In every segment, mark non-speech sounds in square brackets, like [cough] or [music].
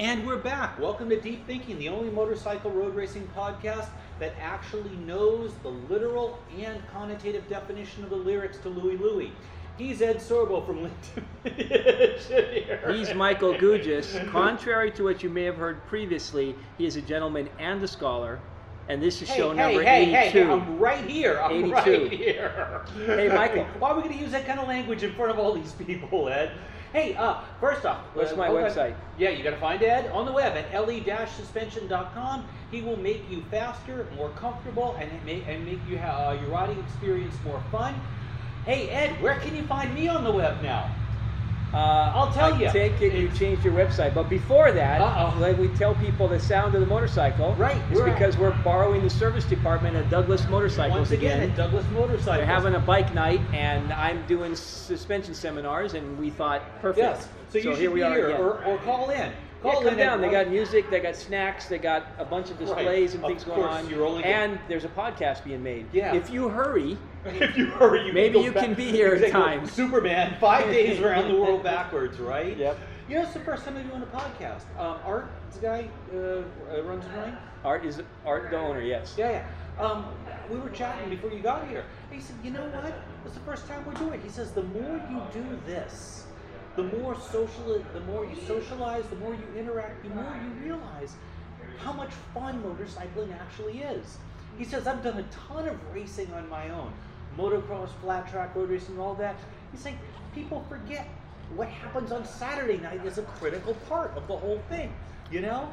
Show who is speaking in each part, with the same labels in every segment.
Speaker 1: And we're back. Welcome to Deep Thinking, the only motorcycle road racing podcast that actually knows the literal and connotative definition of the lyrics to Louie Louie. He's Ed Sorbo from [laughs] Linton.
Speaker 2: He's
Speaker 1: [laughs]
Speaker 2: Michael Gugis. Contrary to what you may have heard previously, he is a gentleman and a scholar. And this is
Speaker 1: Hey,
Speaker 2: show
Speaker 1: hey,
Speaker 2: number
Speaker 1: hey,
Speaker 2: 82.
Speaker 1: hey, hey, I'm right here. I'm
Speaker 2: 82.
Speaker 1: right
Speaker 2: [laughs]
Speaker 1: here.
Speaker 2: Hey, Michael.
Speaker 1: Why are we going to use that kind of language in front of all these people, Ed? Hey, uh, first off,
Speaker 2: Where's
Speaker 1: uh,
Speaker 2: my
Speaker 1: hold on.
Speaker 2: website?
Speaker 1: Yeah, you got to find Ed on the web at le-suspension.com. He will make you faster, more comfortable, and it may, and make you uh, your riding experience more fun. Hey, Ed, where can you find me on the web now?
Speaker 2: Uh,
Speaker 1: I'll tell
Speaker 2: I
Speaker 1: ya.
Speaker 2: Take it you changed your website, but before that,
Speaker 1: Uh-oh.
Speaker 2: like we tell people the sound of the motorcycle.
Speaker 1: Right,
Speaker 2: Is
Speaker 1: we're-
Speaker 2: because we're borrowing the service department of Douglas Motorcycles
Speaker 1: Once again, at Douglas Motorcycles.
Speaker 2: They're having a bike night, and I'm doing suspension seminars, and we thought perfect.
Speaker 1: yes. So you should
Speaker 2: here we
Speaker 1: be
Speaker 2: are
Speaker 1: here
Speaker 2: again.
Speaker 1: or, or call in.
Speaker 2: Yeah,
Speaker 1: Call
Speaker 2: come
Speaker 1: in
Speaker 2: down.
Speaker 1: at
Speaker 2: They
Speaker 1: one-
Speaker 2: got music, they got snacks, they got a bunch of displays and
Speaker 1: Of
Speaker 2: things going
Speaker 1: course,
Speaker 2: on.
Speaker 1: you're only gonna-
Speaker 2: and there's a podcast being made.
Speaker 1: Yeah.
Speaker 2: If you hurry,
Speaker 1: [laughs] if you hurry, you
Speaker 2: Maybe
Speaker 1: can go
Speaker 2: you
Speaker 1: back-
Speaker 2: can be here in
Speaker 1: Exactly. [laughs]
Speaker 2: time.
Speaker 1: Superman, five days around the
Speaker 2: [laughs]
Speaker 1: world backwards, right?
Speaker 2: Yep.
Speaker 1: You know, it's the first time I'm doing a podcast. Um, Art, this guy, uh, uh, runs and Rhyme.
Speaker 2: Art is Art the owner. Yes.
Speaker 1: Yeah, yeah. Um, we were chatting before you got here. He said, "You know what? It's the first time we're doing." it." He says, "The more you do this, the more social, the more you socialize, the more you interact, the more you realize how much fun motorcycling actually is." He says, "I've done a ton of racing on my own, motocross, flat track, road racing, all that." He's like, "People forget what happens on Saturday night is a critical part of the whole thing." You know?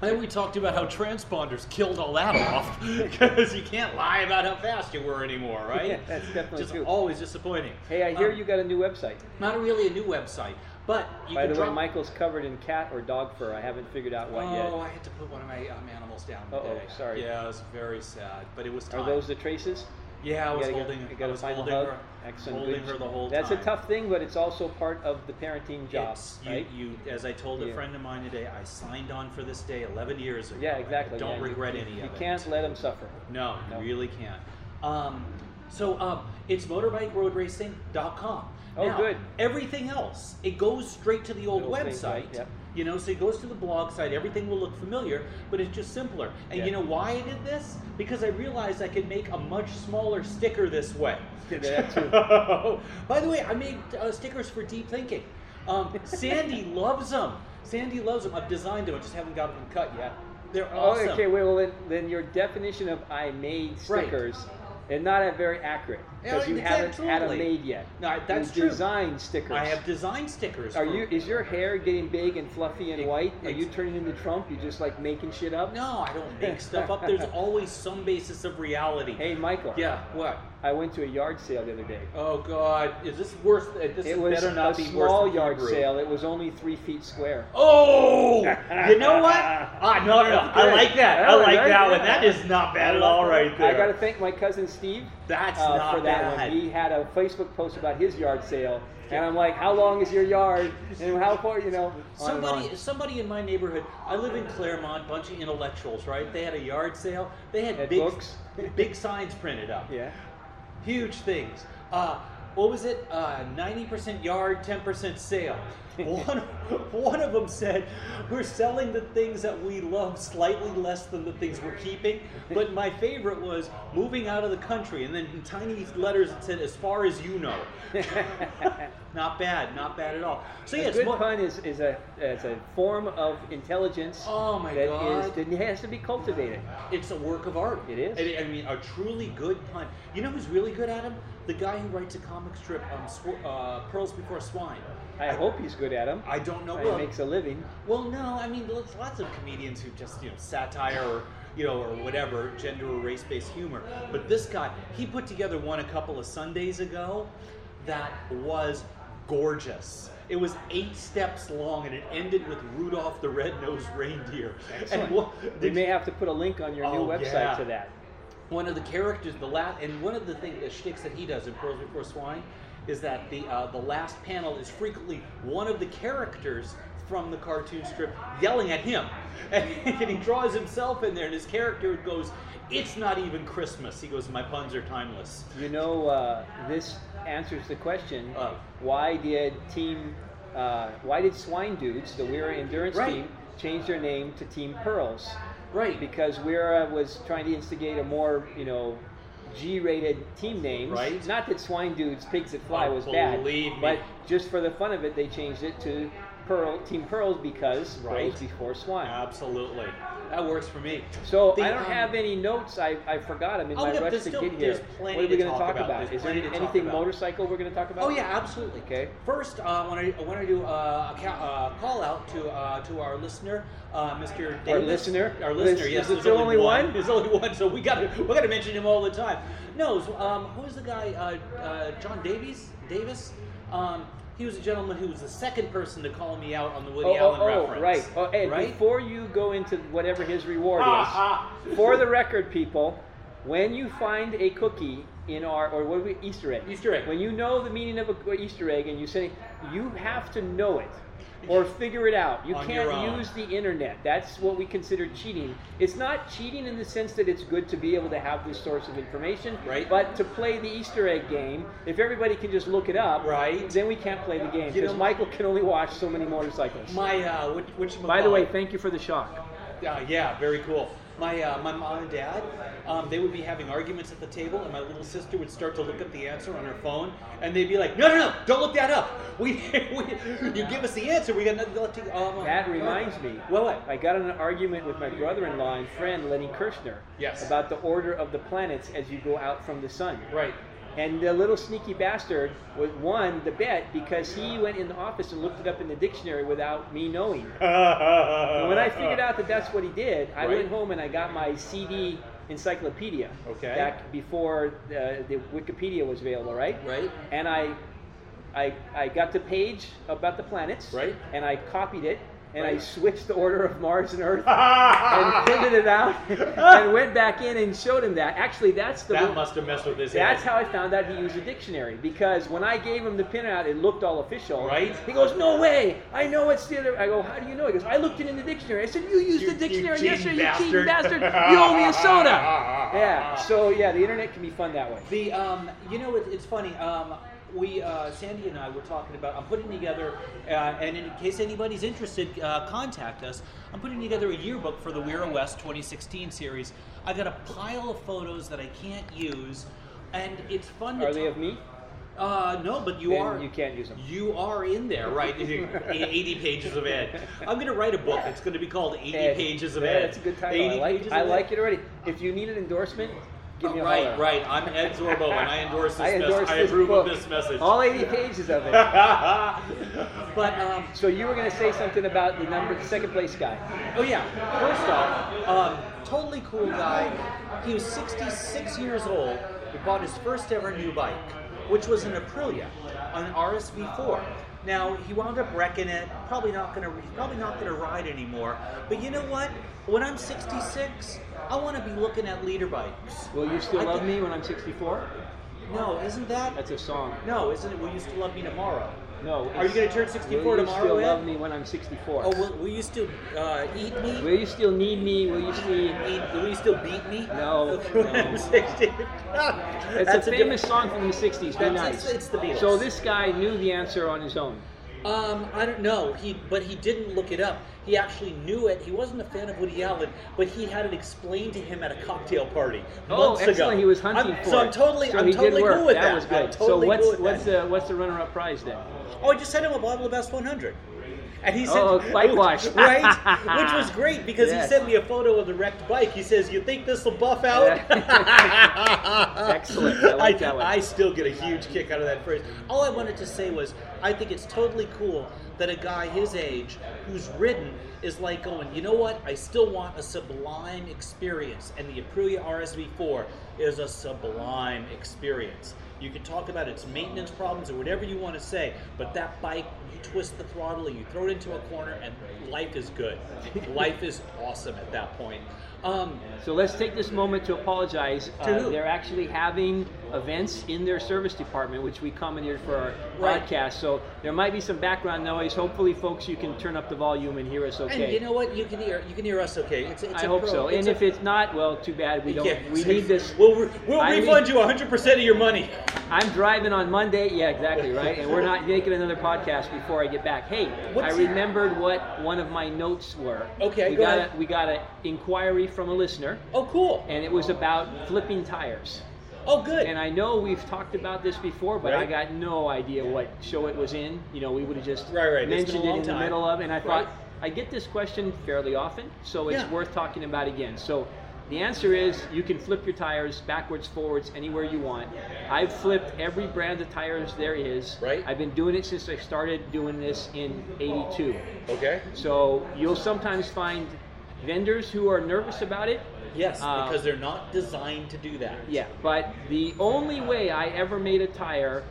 Speaker 3: And we talked about how transponders killed all that off [laughs] because you can't lie about how fast you were anymore, right?
Speaker 2: [laughs] Yeah, that's definitely
Speaker 3: just
Speaker 2: true.
Speaker 3: always disappointing.
Speaker 2: Hey, I hear
Speaker 3: Um,
Speaker 2: you got a new website.
Speaker 1: Not really a new website, but you
Speaker 2: By
Speaker 1: can
Speaker 2: the
Speaker 1: drop
Speaker 2: way, Michael's covered in cat or dog fur. I haven't figured out what yet.
Speaker 1: Oh, I had to put one of my um, animals down
Speaker 2: Uh-oh,
Speaker 1: today.
Speaker 2: sorry.
Speaker 3: Yeah, it was very sad, but it was time.
Speaker 2: Are those the traces?
Speaker 3: yeah, I was
Speaker 2: you gotta,
Speaker 3: holding,
Speaker 2: get, you
Speaker 3: I
Speaker 2: gotta
Speaker 3: was
Speaker 2: find
Speaker 3: holding
Speaker 2: a hug.
Speaker 3: her,
Speaker 2: Excellent.
Speaker 3: holding
Speaker 2: good.
Speaker 3: her the whole
Speaker 2: That's
Speaker 3: time.
Speaker 2: a tough thing, but it's also part of the parenting job,
Speaker 3: It's-
Speaker 2: right?
Speaker 3: You, you, as I told a
Speaker 2: Yeah.
Speaker 3: friend of mine today, I signed on for this day 11 years ago.
Speaker 2: yeah,
Speaker 3: and I
Speaker 2: exactly.
Speaker 3: Don't
Speaker 2: yeah.
Speaker 3: regret
Speaker 2: you,
Speaker 3: any
Speaker 2: you
Speaker 3: of it.
Speaker 2: can't let them suffer.
Speaker 3: No, you
Speaker 2: No.
Speaker 3: really can't. Um, so um, it's motorbikeroadracing.com.
Speaker 2: Oh,
Speaker 3: Now,
Speaker 2: good.
Speaker 3: Everything else, it goes straight to the old
Speaker 2: Little things,
Speaker 3: website.
Speaker 2: right, yep.
Speaker 3: You know, so it goes to the blog site. Everything will look familiar, but it's just simpler. And you
Speaker 2: Yeah.
Speaker 3: know why I did this? Because I realized I could make a much smaller sticker this way.
Speaker 2: [laughs] Yeah, that too.
Speaker 3: [laughs] By the way, I made uh, stickers for deep thinking. Um,
Speaker 2: [laughs]
Speaker 3: Sandy loves them. Sandy loves them. I've designed them. I just haven't got them cut yet. They're
Speaker 2: Oh,
Speaker 3: awesome.
Speaker 2: okay. Wait, well, then, then your definition of I made
Speaker 3: Right.
Speaker 2: stickers and not a very accurate because
Speaker 3: Yeah,
Speaker 2: you haven't had them
Speaker 3: absolutely.
Speaker 2: made yet.
Speaker 3: No, I- that's
Speaker 2: you
Speaker 3: true.
Speaker 2: Design stickers.
Speaker 3: I have design stickers.
Speaker 2: Are
Speaker 3: for-
Speaker 2: you? Is your hair getting big and fluffy and
Speaker 3: Ex-
Speaker 2: white? Are you
Speaker 3: ex-
Speaker 2: turning into Trump? You just like making shit up?
Speaker 3: No, I don't make stuff up.
Speaker 2: [laughs]
Speaker 3: There's always some basis of reality.
Speaker 2: Hey, Michael.
Speaker 3: Yeah. What?
Speaker 2: I went to a yard sale the other day.
Speaker 3: Oh God, is this worse? This
Speaker 2: it was
Speaker 3: better not
Speaker 2: a
Speaker 3: be
Speaker 2: small
Speaker 3: worse than
Speaker 2: yard
Speaker 3: Hebrew.
Speaker 2: sale. It was only three feet square.
Speaker 3: Oh, you know
Speaker 2: [laughs]
Speaker 3: what? Ah, no, no, no.
Speaker 2: That's
Speaker 3: I
Speaker 2: good.
Speaker 3: like that. I
Speaker 2: All
Speaker 3: like
Speaker 2: right,
Speaker 3: that one.
Speaker 2: yeah.
Speaker 3: That is not bad at all, right there.
Speaker 2: I got to thank my cousin Steve.
Speaker 3: That's
Speaker 2: uh,
Speaker 3: not
Speaker 2: for that
Speaker 3: bad.
Speaker 2: one. He had a Facebook post about his yard sale, and I'm like, "How long is your yard? And how far? You know?" on and
Speaker 3: Somebody,
Speaker 2: on.
Speaker 3: somebody in my neighborhood. I live in Claremont. Bunch of intellectuals, right? They had a yard sale. They had
Speaker 2: Had
Speaker 3: big,
Speaker 2: books?
Speaker 3: big signs printed up. [laughs]
Speaker 2: [laughs] Yeah.
Speaker 3: huge things. Uh, what was it? Uh, Ninety percent yard, ten percent sale. [laughs] One, one of them said, "We're selling the things that we love slightly less than the things we're keeping." But my favorite was moving out of the country, and then in tiny letters it said, "As far as you know." not bad, not bad at all. So yeah,
Speaker 2: a
Speaker 3: it's
Speaker 2: good
Speaker 3: mo-
Speaker 2: pun is, is a is a form of intelligence.
Speaker 3: Oh my
Speaker 2: that
Speaker 3: God.
Speaker 2: is- that has to be cultivated.
Speaker 3: It's a work of art.
Speaker 2: It is.
Speaker 3: I, I mean, a truly good pun. You know who's really good at him? The guy who writes a comic strip, um, Sw- uh, Pearls Before Swine.
Speaker 2: I hope he's good at them.
Speaker 3: I don't know.
Speaker 2: He
Speaker 3: Well,
Speaker 2: makes a living.
Speaker 3: well, no. I mean, there's lots of comedians who just you know satire or you know or whatever gender or race based humor. But this guy, he put together one a couple of Sundays ago that was gorgeous. It was eight steps long and it ended with Rudolph the Red-Nosed Reindeer.
Speaker 2: Excellent.
Speaker 3: And what,
Speaker 2: We may have to put a link on your
Speaker 3: Oh,
Speaker 2: new website
Speaker 3: yeah.
Speaker 2: to that.
Speaker 3: one of the characters, the last, and one of the things, the shticks that he does in Pearls Before Swine, is that the uh, the last panel is frequently one of the characters from the cartoon strip yelling at him, [laughs] and, he draws himself in there, and his character goes, "It's not even Christmas." He goes, "My puns are timeless."
Speaker 2: You know, uh, this answers the question:
Speaker 3: Oh.
Speaker 2: Why did Team uh, uh, why did Swine Dudes, the Weira endurance
Speaker 3: Right.
Speaker 2: team, change their name to Team Pearls?
Speaker 3: Right.
Speaker 2: Because Weira was trying to instigate a more, you know, G-rated team names.
Speaker 3: Right.
Speaker 2: Not that Swine Dudes, Pigs That Fly
Speaker 3: Oh,
Speaker 2: was bad,
Speaker 3: believe me.
Speaker 2: but just for the fun of it, they changed it to Pearl Team Pearls because
Speaker 3: Right.
Speaker 2: Pearls before Swine.
Speaker 3: Absolutely. That works for me.
Speaker 2: So
Speaker 3: The,
Speaker 2: I don't
Speaker 3: um,
Speaker 2: have any notes. I, I forgot them in
Speaker 3: Oh,
Speaker 2: my
Speaker 3: yeah,
Speaker 2: rush
Speaker 3: there's
Speaker 2: to
Speaker 3: still-
Speaker 2: get here.
Speaker 3: there's plenty
Speaker 2: what are we
Speaker 3: to
Speaker 2: gonna
Speaker 3: talk
Speaker 2: talk
Speaker 3: about.
Speaker 2: about?
Speaker 3: There's
Speaker 2: Is there
Speaker 3: plenty to talk
Speaker 2: anything
Speaker 3: about.
Speaker 2: motorcycle we're going to talk about?
Speaker 3: Oh yeah, absolutely.
Speaker 2: Okay.
Speaker 3: First, uh, I want to I want to do uh, a ca- uh, call out to uh, to our listener, uh, Mr. Davis.
Speaker 2: listener?
Speaker 3: Our listener.
Speaker 2: Is-
Speaker 3: yes,
Speaker 2: is
Speaker 3: there's
Speaker 2: there only one?
Speaker 3: There's only one. So we got to we got to mention him all the time. No, so, um, who is the guy? Uh, uh, John Davies. Davis. Um, he was a gentleman who was the second person to call me out on the Woody
Speaker 2: Oh,
Speaker 3: Allen
Speaker 2: oh, oh,
Speaker 3: reference.
Speaker 2: right. Oh, Ed,
Speaker 3: right.
Speaker 2: before you go into whatever his reward
Speaker 3: Ah, ah.
Speaker 2: is, for the record, people, when you find a cookie in our or what do we Easter egg?
Speaker 3: Easter egg.
Speaker 2: When you know the meaning of a Easter egg and you say you have to know it or figure it out. You
Speaker 3: On your
Speaker 2: can't
Speaker 3: own.
Speaker 2: use the internet. That's what we consider cheating. It's not cheating in the sense that it's good to be able to have this source of information,
Speaker 3: Right.
Speaker 2: But to play the Easter egg game, if everybody can just look it up,
Speaker 3: Right.
Speaker 2: Then we can't play the game
Speaker 3: You
Speaker 2: because
Speaker 3: know-
Speaker 2: Michael can only watch so many motorcycles.
Speaker 3: My uh, which, which
Speaker 2: By the way, thank you for the shock.
Speaker 3: Uh, yeah, very cool. My, uh, my mom and dad, um, they would be having arguments at the table, and my little sister would start to look up the answer on her phone, and they'd be like, "No, no, no! Don't look that up. [laughs] We, we you give us the answer. We got nothing left to." Um,
Speaker 2: That reminds me.
Speaker 3: Well, what?
Speaker 2: I got in an argument with my brother-in-law and friend Lenny Kirshner
Speaker 3: Yes.
Speaker 2: about the order of the planets as you go out from the sun.
Speaker 3: uh, Right.
Speaker 2: And the little sneaky bastard was won the bet because he went in the office and looked it up in the dictionary without me knowing. And when I figured out that that's what he did, I
Speaker 3: Uh, Right.
Speaker 2: went home and I got my CD encyclopedia.
Speaker 3: Okay.
Speaker 2: Back before uh, the Wikipedia was available, right?
Speaker 3: Uh, Right.
Speaker 2: And I, I, I got the page about the planets.
Speaker 3: Right.
Speaker 2: And I copied it and I
Speaker 3: Right.
Speaker 2: switched the order of Mars
Speaker 3: [laughs]
Speaker 2: and Earth [laughs] and printed it out and went back in and showed him that. Actually, that's the
Speaker 3: that must have messed with his
Speaker 2: that's
Speaker 3: head.
Speaker 2: how I found out he used a dictionary because when I gave him the pinout, it looked all official.
Speaker 3: Right.
Speaker 2: He goes, "No way! I know it's the other." I go, "How do you know?" He goes, "I looked it in the dictionary." I said, "You used
Speaker 3: You-
Speaker 2: the dictionary
Speaker 3: you cheating
Speaker 2: yesterday, you cheating
Speaker 3: bastard."
Speaker 2: bastard! You owe me a soda."
Speaker 3: [laughs]
Speaker 2: yeah. So yeah, the internet can be fun that way.
Speaker 3: The um, you know, it, it's funny. Um, we uh, Sandy and I were talking about. I'm putting together, uh, and in case anybody's interested, uh, contact us. I'm putting together a yearbook for the Weira West 2016 series. I got a pile of photos that I can't use, and it's fun.
Speaker 2: Are
Speaker 3: to
Speaker 2: they
Speaker 3: ta-
Speaker 2: of me?
Speaker 3: Uh, no, but you
Speaker 2: Then
Speaker 3: are.
Speaker 2: you can't use them.
Speaker 3: You are in there,
Speaker 2: [laughs]
Speaker 3: right? 80 pages of Ed. I'm going to write a book. It's going to be called 80
Speaker 2: Ed.
Speaker 3: Pages of
Speaker 2: Yeah,
Speaker 3: Ed.
Speaker 2: That's a good title. I
Speaker 3: 80
Speaker 2: like,
Speaker 3: Pages
Speaker 2: I
Speaker 3: of Ed.
Speaker 2: like it already. If you need an endorsement, give me a
Speaker 3: right,
Speaker 2: holler.
Speaker 3: right. I'm Ed Zorbo, and I
Speaker 2: [laughs]
Speaker 3: endorse this.
Speaker 2: I endorse
Speaker 3: mess- I
Speaker 2: this
Speaker 3: approve
Speaker 2: book.
Speaker 3: of this message.
Speaker 2: All 80 pages of it.
Speaker 3: [laughs] but um,
Speaker 2: So you were going to say something about the number, the second place guy.
Speaker 3: oh yeah. First off, um, totally cool guy. He was 66 years old. He bought his first ever new bike, which was an Aprilia, an RSV4. Now he wound up wrecking it. Probably not gonna. He's probably not gonna ride anymore. But you know what? When I'm 66, I want to be looking at leader bikes.
Speaker 2: Will you still
Speaker 3: I
Speaker 2: love
Speaker 3: think-
Speaker 2: me when I'm 64?
Speaker 3: No, isn't that?
Speaker 2: That's a song.
Speaker 3: No, isn't it? Will you still love me tomorrow?
Speaker 2: No.
Speaker 3: Are you
Speaker 2: it's-
Speaker 3: gonna turn 64
Speaker 2: will
Speaker 3: tomorrow,
Speaker 2: You still
Speaker 3: Ed?
Speaker 2: love me when I'm 64.
Speaker 3: Oh, will, will you still uh, eat me?
Speaker 2: will you still need me? Will you still?
Speaker 3: Eat, will you still beat me? [laughs]
Speaker 2: No, no.
Speaker 3: That's
Speaker 2: It's
Speaker 3: a
Speaker 2: a famous song from the 60s. Be
Speaker 3: That's-
Speaker 2: nice.
Speaker 3: it's- it's the Beatles.
Speaker 2: So this guy knew the answer on his own.
Speaker 3: Um, I don't know. He, but he didn't look it up. He actually knew it. He wasn't a fan of Woody Allen, but he had it explained to him at a cocktail party
Speaker 2: Oh,
Speaker 3: months
Speaker 2: excellent!
Speaker 3: ago.
Speaker 2: He was hunting
Speaker 3: I'm,
Speaker 2: for
Speaker 3: So
Speaker 2: it.
Speaker 3: I'm totally,
Speaker 2: So
Speaker 3: I'm
Speaker 2: he
Speaker 3: totally
Speaker 2: did work.
Speaker 3: cool with that.
Speaker 2: was
Speaker 3: I'm
Speaker 2: good.
Speaker 3: totally
Speaker 2: so what's
Speaker 3: cool with
Speaker 2: what's
Speaker 3: that.
Speaker 2: the what's the runner-up prize then?
Speaker 3: Oh, I just sent him a bottle of S 100. And he said,
Speaker 2: Oh, likewise.
Speaker 3: right? Which
Speaker 2: [laughs]
Speaker 3: was great because
Speaker 2: Yes.
Speaker 3: he sent me a photo of the wrecked bike. He says, "You think this will buff out?" [laughs]
Speaker 2: [laughs] Excellent. I like that one.
Speaker 3: I still get a huge kick out of that phrase. All I wanted to say was, I think it's totally cool that a guy his age who's ridden is like going, you know what? I still want a sublime experience, and the Aprilia RSV4 is a sublime experience. You can talk about its maintenance problems or whatever you want to say, but that bike, you twist the throttle and you throw it into a corner, and life is
Speaker 2: [laughs]
Speaker 3: good. life is awesome at that point. Um,
Speaker 2: So let's take this moment to apologize. Uh,
Speaker 3: To who?
Speaker 2: they're actually having events in their service department, which we commandeered for our
Speaker 3: Right.
Speaker 2: broadcast. So there might be some background noise. Hopefully, folks, you can turn up the volume and hear us okay.
Speaker 3: And you know what? You can hear you can hear us okay. It's, it's
Speaker 2: I
Speaker 3: a
Speaker 2: hope
Speaker 3: pro-
Speaker 2: so. And
Speaker 3: a-
Speaker 2: if it's not, well, too bad. We don't.
Speaker 3: Yeah.
Speaker 2: We need this.
Speaker 3: We'll, re- we'll
Speaker 2: I
Speaker 3: refund
Speaker 2: need-
Speaker 3: you 100 percent of your money.
Speaker 2: I'm driving on Monday. Yeah, exactly right. And we're not making another podcast before I get back. Hey,
Speaker 3: What's-
Speaker 2: I remembered what one of my notes were.
Speaker 3: Okay,
Speaker 2: we
Speaker 3: go
Speaker 2: got
Speaker 3: ahead.
Speaker 2: a, we got an inquiry from a listener,
Speaker 3: Oh, cool.
Speaker 2: and it was about flipping tires.
Speaker 3: Oh, good.
Speaker 2: And I know we've talked about this before, but I
Speaker 3: Right.
Speaker 2: got no idea what show it was in. You know, we would have just
Speaker 3: Right, right. It's been a
Speaker 2: mentioned it
Speaker 3: long
Speaker 2: in the
Speaker 3: time.
Speaker 2: middle of, and I
Speaker 3: Right.
Speaker 2: thought I get this question fairly often, so it's
Speaker 3: Yeah.
Speaker 2: worth talking about again. So. The answer is you can flip your tires backwards, forwards, anywhere you want. I've flipped every brand of tires there is.
Speaker 3: Right.
Speaker 2: I've been doing it since I started doing this in 82.
Speaker 3: okay.
Speaker 2: So you'll sometimes find vendors who are nervous about it
Speaker 3: Yes,
Speaker 2: Uh,
Speaker 3: because they're not designed to do that.
Speaker 2: yeah, but the only way I ever made a tire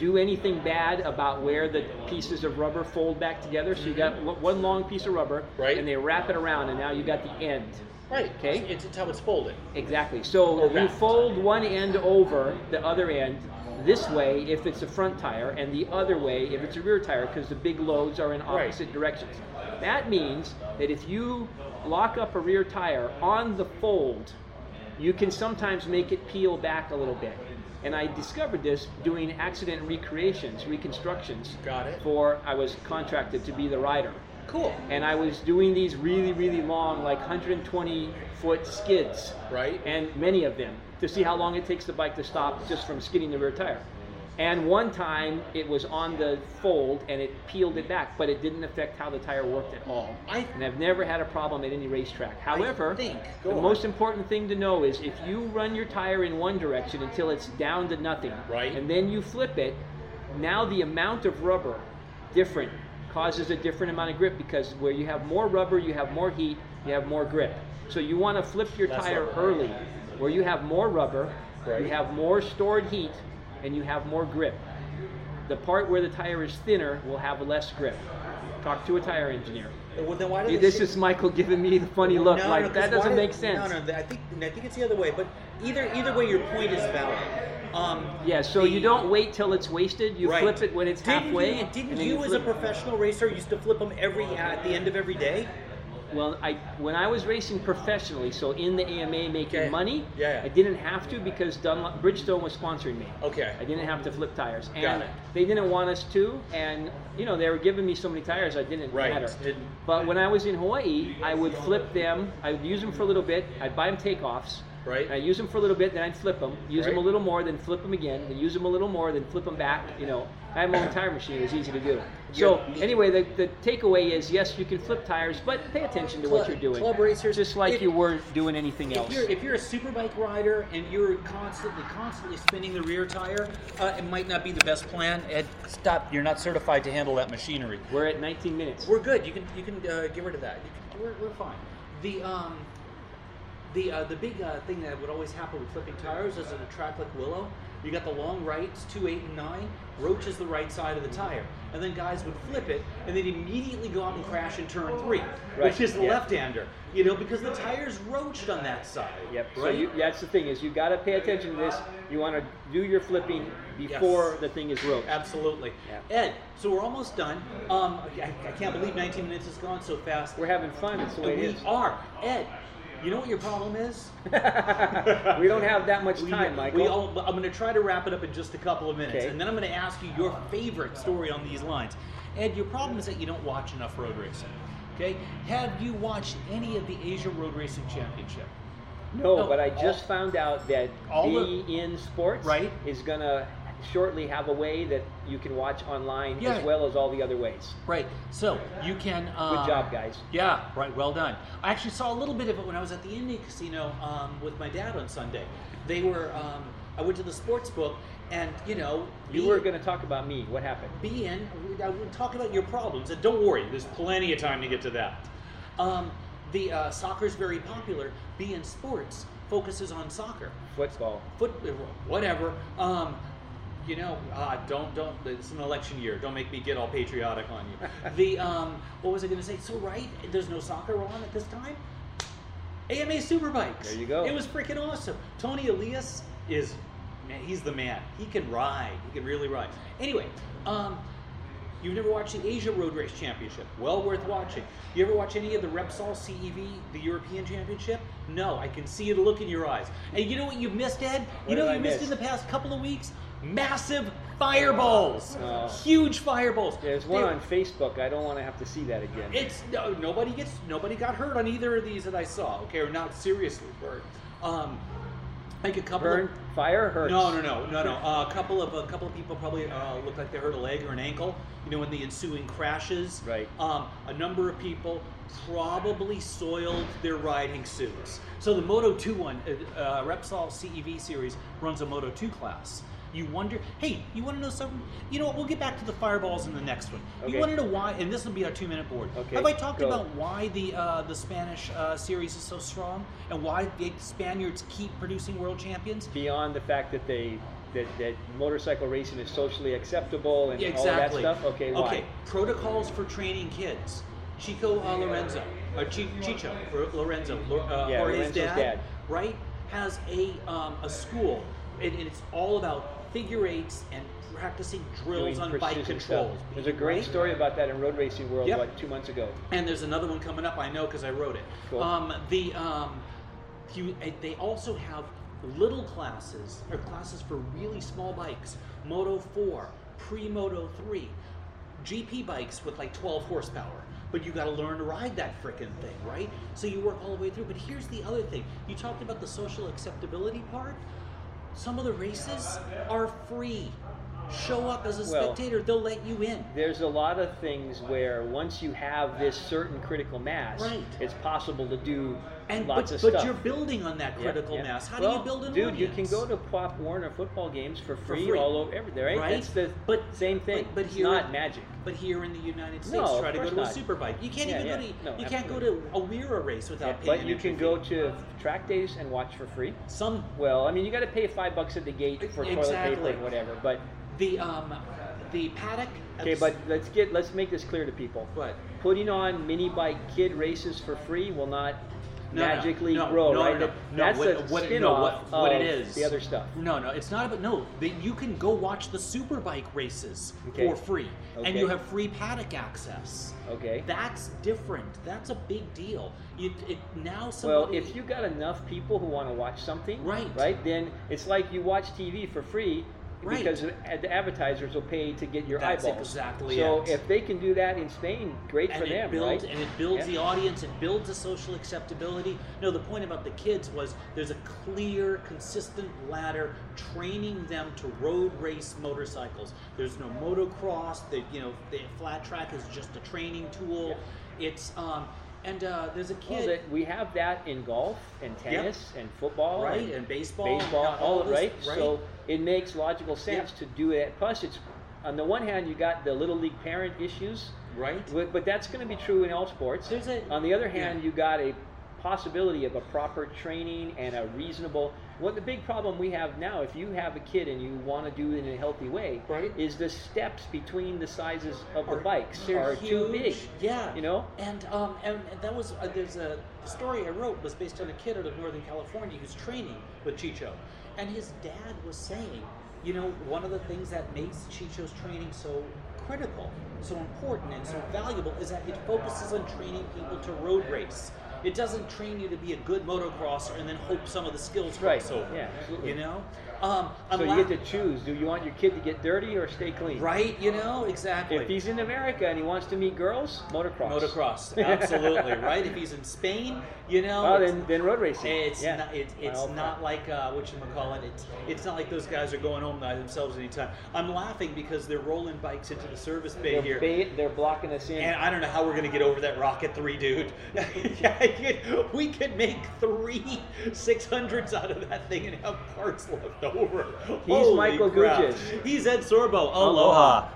Speaker 2: do anything bad about where the pieces of rubber fold back together. So you got w- one long piece of rubber,
Speaker 3: Right.
Speaker 2: And they wrap it around, and now you got the end.
Speaker 3: Right.
Speaker 2: Okay.
Speaker 3: It's, it's how it's folded.
Speaker 2: Exactly. So
Speaker 3: Or
Speaker 2: you
Speaker 3: wrapped.
Speaker 2: fold one end over the other end this way if it's a front tire, and the other way if it's a rear tire, because the big loads are in
Speaker 3: Right.
Speaker 2: opposite directions. That means that if you lock up a rear tire on the fold, you can sometimes make it peel back a little bit. And I discovered this doing accident recreations, reconstructions.
Speaker 3: Got it.
Speaker 2: For I was contracted to be the rider
Speaker 3: Cool.
Speaker 2: and I was doing these really, really long, like 120 foot skids.
Speaker 3: Right.
Speaker 2: And many of them to see how long it takes the bike to stop just from skidding the rear tire. And one time it was on the fold and it peeled it back, but it didn't affect how the tire worked at all.
Speaker 3: I-
Speaker 2: and I've never had a problem at any racetrack. However,
Speaker 3: think- go
Speaker 2: the
Speaker 3: on.
Speaker 2: most important thing to know is if you run your tire in one direction until it's down to nothing,
Speaker 3: Right.
Speaker 2: and then you flip it, now the amount of rubber different causes a different amount of grip because where you have more rubber, you have more heat, you have more grip. So you want to flip your
Speaker 3: Less
Speaker 2: tire
Speaker 3: rubber.
Speaker 2: early where you have more rubber,
Speaker 3: Right.
Speaker 2: you have more stored heat, and you have more grip. The part where the tire is thinner will have less grip. Talk to a tire engineer.
Speaker 3: Well, then why do they
Speaker 2: This
Speaker 3: shape-
Speaker 2: is Michael giving me the funny look.
Speaker 3: No, no,
Speaker 2: like
Speaker 3: 'cause
Speaker 2: that
Speaker 3: why
Speaker 2: doesn't
Speaker 3: do-
Speaker 2: make sense.
Speaker 3: No, no. th- I think I think it's the other way. But either either way, your point is valid. Um,
Speaker 2: Yeah, so
Speaker 3: the-
Speaker 2: you don't wait till it's wasted. You
Speaker 3: Right.
Speaker 2: flip it when it's
Speaker 3: Didn't
Speaker 2: halfway.
Speaker 3: You,
Speaker 2: and
Speaker 3: didn't
Speaker 2: then
Speaker 3: you, as a
Speaker 2: flip-
Speaker 3: professional racer, used to flip them every at the end of every day?
Speaker 2: Well, I when I was racing professionally, so in the AMA making
Speaker 3: Okay.
Speaker 2: money,
Speaker 3: Yeah, yeah.
Speaker 2: I didn't have to because Dunlop, Bridgestone was sponsoring me.
Speaker 3: Okay.
Speaker 2: I didn't have to flip tires, and
Speaker 3: Got it.
Speaker 2: they didn't want us to. And you know, they were giving me so many tires, I didn't
Speaker 3: Right,
Speaker 2: matter.
Speaker 3: didn't-
Speaker 2: But when I was in Hawaii, I would flip them. I would use them for a little bit. I'd buy them takeoffs.
Speaker 3: Right.
Speaker 2: I use them for a little bit, then I'd flip them. Use them a
Speaker 3: Right.
Speaker 2: little more, then flip them again. Then use them a little more, then flip them back. You know, I have my own tire machine. It was easy to do. So
Speaker 3: Yeah.
Speaker 2: anyway, the, the takeaway is yes, you can flip tires, but pay attention to what
Speaker 3: Club-
Speaker 2: you're doing.
Speaker 3: club racers,
Speaker 2: just like
Speaker 3: if-
Speaker 2: you weren't doing anything else.
Speaker 3: If you're, if you're a superbike rider and you're constantly, constantly spinning the rear tire, uh, it might not be the best plan. And stop, you're not certified to handle that machinery.
Speaker 2: We're at 19 minutes.
Speaker 3: We're good. You can you can uh, get rid of that. You can, we're, we're fine. The um, the uh, the big uh, thing that would always happen with flipping tires is in a track like Willow, you got the long rights, two, eight, and nine. Roach is the right side of the tire, and then guys would flip it, and they'd immediately go out and crash in turn three,
Speaker 2: Right,
Speaker 3: which is the
Speaker 2: yeah.
Speaker 3: left-hander. You know, because the tire's roached on that side.
Speaker 2: Yep.
Speaker 3: Right.
Speaker 2: So you, that's the thing is you got to pay attention to this. You want to do your flipping before the thing is roped.
Speaker 3: Absolutely.
Speaker 2: Yeah.
Speaker 3: Ed, so we're almost done. Um, I, I can't believe 19 minutes has gone so fast.
Speaker 2: We're having fun. That's the way
Speaker 3: And
Speaker 2: it
Speaker 3: we
Speaker 2: is.
Speaker 3: are. Ed, you know what your problem is?
Speaker 2: [laughs] we don't have that much time,
Speaker 3: [laughs]
Speaker 2: Michael.
Speaker 3: We all, I'm going to try to wrap it up in just a couple of minutes,
Speaker 2: Okay.
Speaker 3: and then I'm going to ask you your favorite story on these lines. Ed, your problem is that you don't watch enough road racing. Okay, have you watched any of the Asia Road Racing Championship?
Speaker 2: No,
Speaker 3: No,
Speaker 2: but I
Speaker 3: all-
Speaker 2: just found out that
Speaker 3: all
Speaker 2: Be In Sports
Speaker 3: Right.
Speaker 2: is gonna shortly have a way that you can watch online
Speaker 3: Yeah.
Speaker 2: as well as all the other ways.
Speaker 3: Right. So you can. Uh,
Speaker 2: Good job, guys.
Speaker 3: Yeah, right. Well done. I actually saw a little bit of it when I was at the Indian Casino um, with my dad on Sunday. They were. Um, I went to the sports book, and you know,
Speaker 2: You
Speaker 3: be-
Speaker 2: were gonna talk about me. What happened?
Speaker 3: be in. we- I would talk about your problems, and don't worry, there's plenty of time to get to that. Um, the uh, soccer's very popular. Be in sports focuses on soccer,
Speaker 2: Football.
Speaker 3: foot, uh, whatever. Um, you know, uh, don't don't. It's an election year. Don't make me get all patriotic on
Speaker 2: [laughs]
Speaker 3: you. the um, what was I going to say? So right, there's no soccer on at this time. AMA Superbikes.
Speaker 2: There you go.
Speaker 3: It was freaking awesome. Tony Elias is, man, he's the man. He can ride. He can really ride. Anyway, um, you've never watched the Asia Road Race Championship. Well worth watching. You ever watch any of the Repsol CEV, the European Championship? No, I can see the look in your eyes. And you know what you've missed, Ed?
Speaker 2: What
Speaker 3: you know
Speaker 2: have
Speaker 3: what
Speaker 2: I
Speaker 3: you missed in
Speaker 2: missed?
Speaker 3: the past couple of weeks? massive fireballs,
Speaker 2: Oh.
Speaker 3: huge fireballs.
Speaker 2: There's one
Speaker 3: They-
Speaker 2: on Facebook. I don't want to have to see that again.
Speaker 3: It's no, nobody gets nobody got hurt on either of these that I saw. Okay, or not seriously hurt. Um, like a couple.
Speaker 2: Burn,
Speaker 3: Of,
Speaker 2: fire hurts.
Speaker 3: no, no, no, no, no. Uh, a couple of a couple of people probably uh, looked like they hurt a leg or an ankle. You know, in the ensuing crashes.
Speaker 2: Right.
Speaker 3: Um, a number of people probably soiled their riding suits. So the Moto 2 one, uh, uh, Repsol CEV series runs a Moto 2 class. You wonder, hey, you want to know something? You know what? We'll get back to the fireballs in the next one.
Speaker 2: Okay.
Speaker 3: You want to know why? And this will be our two-minute board.
Speaker 2: Okay,
Speaker 3: Have I talked
Speaker 2: go.
Speaker 3: about why the uh, the Spanish uh, series is so strong and why the Spaniards keep producing world champions?
Speaker 2: Beyond the fact that they that, that motorcycle racing is socially acceptable and all that stuff. Okay, why?
Speaker 3: Protocols for training kids. Chico uh, Lorenzo, or Chi- Chicho or Lorenzo, Lo- uh,
Speaker 2: Yeah,
Speaker 3: or his
Speaker 2: Lorenzo's
Speaker 3: dad,
Speaker 2: dad.
Speaker 3: right, has a um, a school, and, and it's all about figure eights and practicing drills
Speaker 2: Doing
Speaker 3: on bike
Speaker 2: precision stuff.
Speaker 3: controls.
Speaker 2: There's a great
Speaker 3: right?
Speaker 2: story about that in Road Racing World
Speaker 3: Yep.
Speaker 2: about two months ago.
Speaker 3: And there's another one coming up. I know because I wrote it.
Speaker 2: Cool.
Speaker 3: Um, the um, you, eh, they also have little classes or classes for really small bikes. Moto four, pre Moto three, GP bikes with like 12 horsepower. But you got to learn to ride that frickin' thing, right? So you work all the way through. But here's the other thing: you talked about the social acceptability part. Some of the races are free. Show up as a
Speaker 2: Well-
Speaker 3: spectator; they'll let you in.
Speaker 2: There's a lot of things where once you have this certain critical mass,
Speaker 3: Right.
Speaker 2: it's possible to do
Speaker 3: And
Speaker 2: lots
Speaker 3: but,
Speaker 2: of
Speaker 3: but
Speaker 2: stuff.
Speaker 3: you're building on that
Speaker 2: Yeah,
Speaker 3: critical
Speaker 2: yeah.
Speaker 3: mass. How do
Speaker 2: Well,
Speaker 3: you build an
Speaker 2: dude,
Speaker 3: audience?
Speaker 2: you can go to Pop Warner football games for free,
Speaker 3: free.
Speaker 2: all over everywhere. Right?
Speaker 3: Right?
Speaker 2: It's the
Speaker 3: But-
Speaker 2: same thing.
Speaker 3: but- but
Speaker 2: it's
Speaker 3: here-
Speaker 2: not magic.
Speaker 3: But here in the United States,
Speaker 2: of
Speaker 3: try to go
Speaker 2: course
Speaker 3: to
Speaker 2: not.
Speaker 3: a superbike. You can't
Speaker 2: Yeah,
Speaker 3: even
Speaker 2: yeah.
Speaker 3: go to
Speaker 2: No,
Speaker 3: you can't go to
Speaker 2: absolutely.
Speaker 3: a Wira race without paying.
Speaker 2: but
Speaker 3: an
Speaker 2: you
Speaker 3: entry
Speaker 2: can go
Speaker 3: fee.
Speaker 2: to track days and watch for free.
Speaker 3: some
Speaker 2: Well, I mean, you got to pay five bucks at the gate for toilet paper
Speaker 3: Exactly.
Speaker 2: and whatever. But
Speaker 3: the um the paddock.
Speaker 2: okay, but let's get let's make this clear to people.
Speaker 3: What?
Speaker 2: Putting on mini bike kid races for free will not
Speaker 3: No, no,
Speaker 2: magically
Speaker 3: no,
Speaker 2: grow.
Speaker 3: no,
Speaker 2: right?
Speaker 3: no, no,
Speaker 2: That-
Speaker 3: no,
Speaker 2: That's
Speaker 3: what-
Speaker 2: a
Speaker 3: what- no,
Speaker 2: spin-off
Speaker 3: what- what
Speaker 2: of
Speaker 3: it is.
Speaker 2: The other stuff.
Speaker 3: No, no, it's not about no. That you can go watch the superbike races
Speaker 2: Okay.
Speaker 3: for free, and
Speaker 2: Okay.
Speaker 3: you have free paddock access.
Speaker 2: Okay.
Speaker 3: That's different. That's a big deal. You, it, now somebody.
Speaker 2: Well, if you got enough people who want to watch something,
Speaker 3: Right.
Speaker 2: right, then it's like you watch TV for free
Speaker 3: Right.
Speaker 2: because the the advertisers will pay to get your
Speaker 3: That's
Speaker 2: eyeballs.
Speaker 3: exactly
Speaker 2: So
Speaker 3: it.
Speaker 2: if they can do that in Spain, great
Speaker 3: and
Speaker 2: for
Speaker 3: it
Speaker 2: them,
Speaker 3: builds
Speaker 2: right?
Speaker 3: and it builds
Speaker 2: Yeah.
Speaker 3: the audience it builds the social acceptability no the point about the kids was there's a clear consistent ladder training them to road race motorcycles there's no motocross the you know the flat track is just a training tool it's um and uh, there's a
Speaker 2: Well,
Speaker 3: kid
Speaker 2: that we have that in golf and tennis and football,
Speaker 3: Right,
Speaker 2: and,
Speaker 3: and baseball,
Speaker 2: baseball,
Speaker 3: and
Speaker 2: all
Speaker 3: all this,
Speaker 2: right.
Speaker 3: right?
Speaker 2: So it makes logical sense to do it. Plus, it's on the one hand you got the little league parent issues,
Speaker 3: right
Speaker 2: But, but that's going to be true in all sports.
Speaker 3: There's a-
Speaker 2: On the other hand,
Speaker 3: yeah.
Speaker 2: you got a possibility of a proper training and a reasonable. What the big problem we have now, if you have a kid and you want to do it in a healthy way,
Speaker 3: Right.
Speaker 2: is the steps between the sizes of
Speaker 3: Are-
Speaker 2: the bikes
Speaker 3: they're
Speaker 2: are too big.
Speaker 3: huge. Yeah,
Speaker 2: you know.
Speaker 3: And um, and, and that was uh, there's a the story I wrote was based on a kid out of Northern California who's training with Chicho, and his dad was saying, you know, one of the things that makes Chicho's training so critical, so important, and so valuable is that it focuses on training people to road race. It doesn't train you to be a good motocrosser and then hope some of the skills
Speaker 2: Right,
Speaker 3: cross over.
Speaker 2: yeah, absolutely.
Speaker 3: You know, um,
Speaker 2: So
Speaker 3: unla-
Speaker 2: you get to choose: do you want your kid to get dirty or stay clean?
Speaker 3: right. You know exactly.
Speaker 2: If he's in America and he wants to meet girls, motocross. [laughs]
Speaker 3: Motocross, absolutely right. If he's in Spain, you know,
Speaker 2: Oh,
Speaker 3: it's-
Speaker 2: then, then road racing.
Speaker 3: it's
Speaker 2: yeah.
Speaker 3: not it's,
Speaker 2: Well,
Speaker 3: it's
Speaker 2: okay.
Speaker 3: not like uh, what you call it. It's it's not like those guys are going home by themselves anytime. I'm laughing because they're rolling bikes into the service bay here.
Speaker 2: they're, ba- they're blocking us in.
Speaker 3: and I don't know how we're gonna get over that rocket three, dude. [laughs] we could make three six hundreds out of that thing and have parts left over.
Speaker 2: He's Michael
Speaker 3: crap.
Speaker 2: Gujas.
Speaker 3: He's Ed Sorbo.
Speaker 2: Aloha.
Speaker 3: Aloha.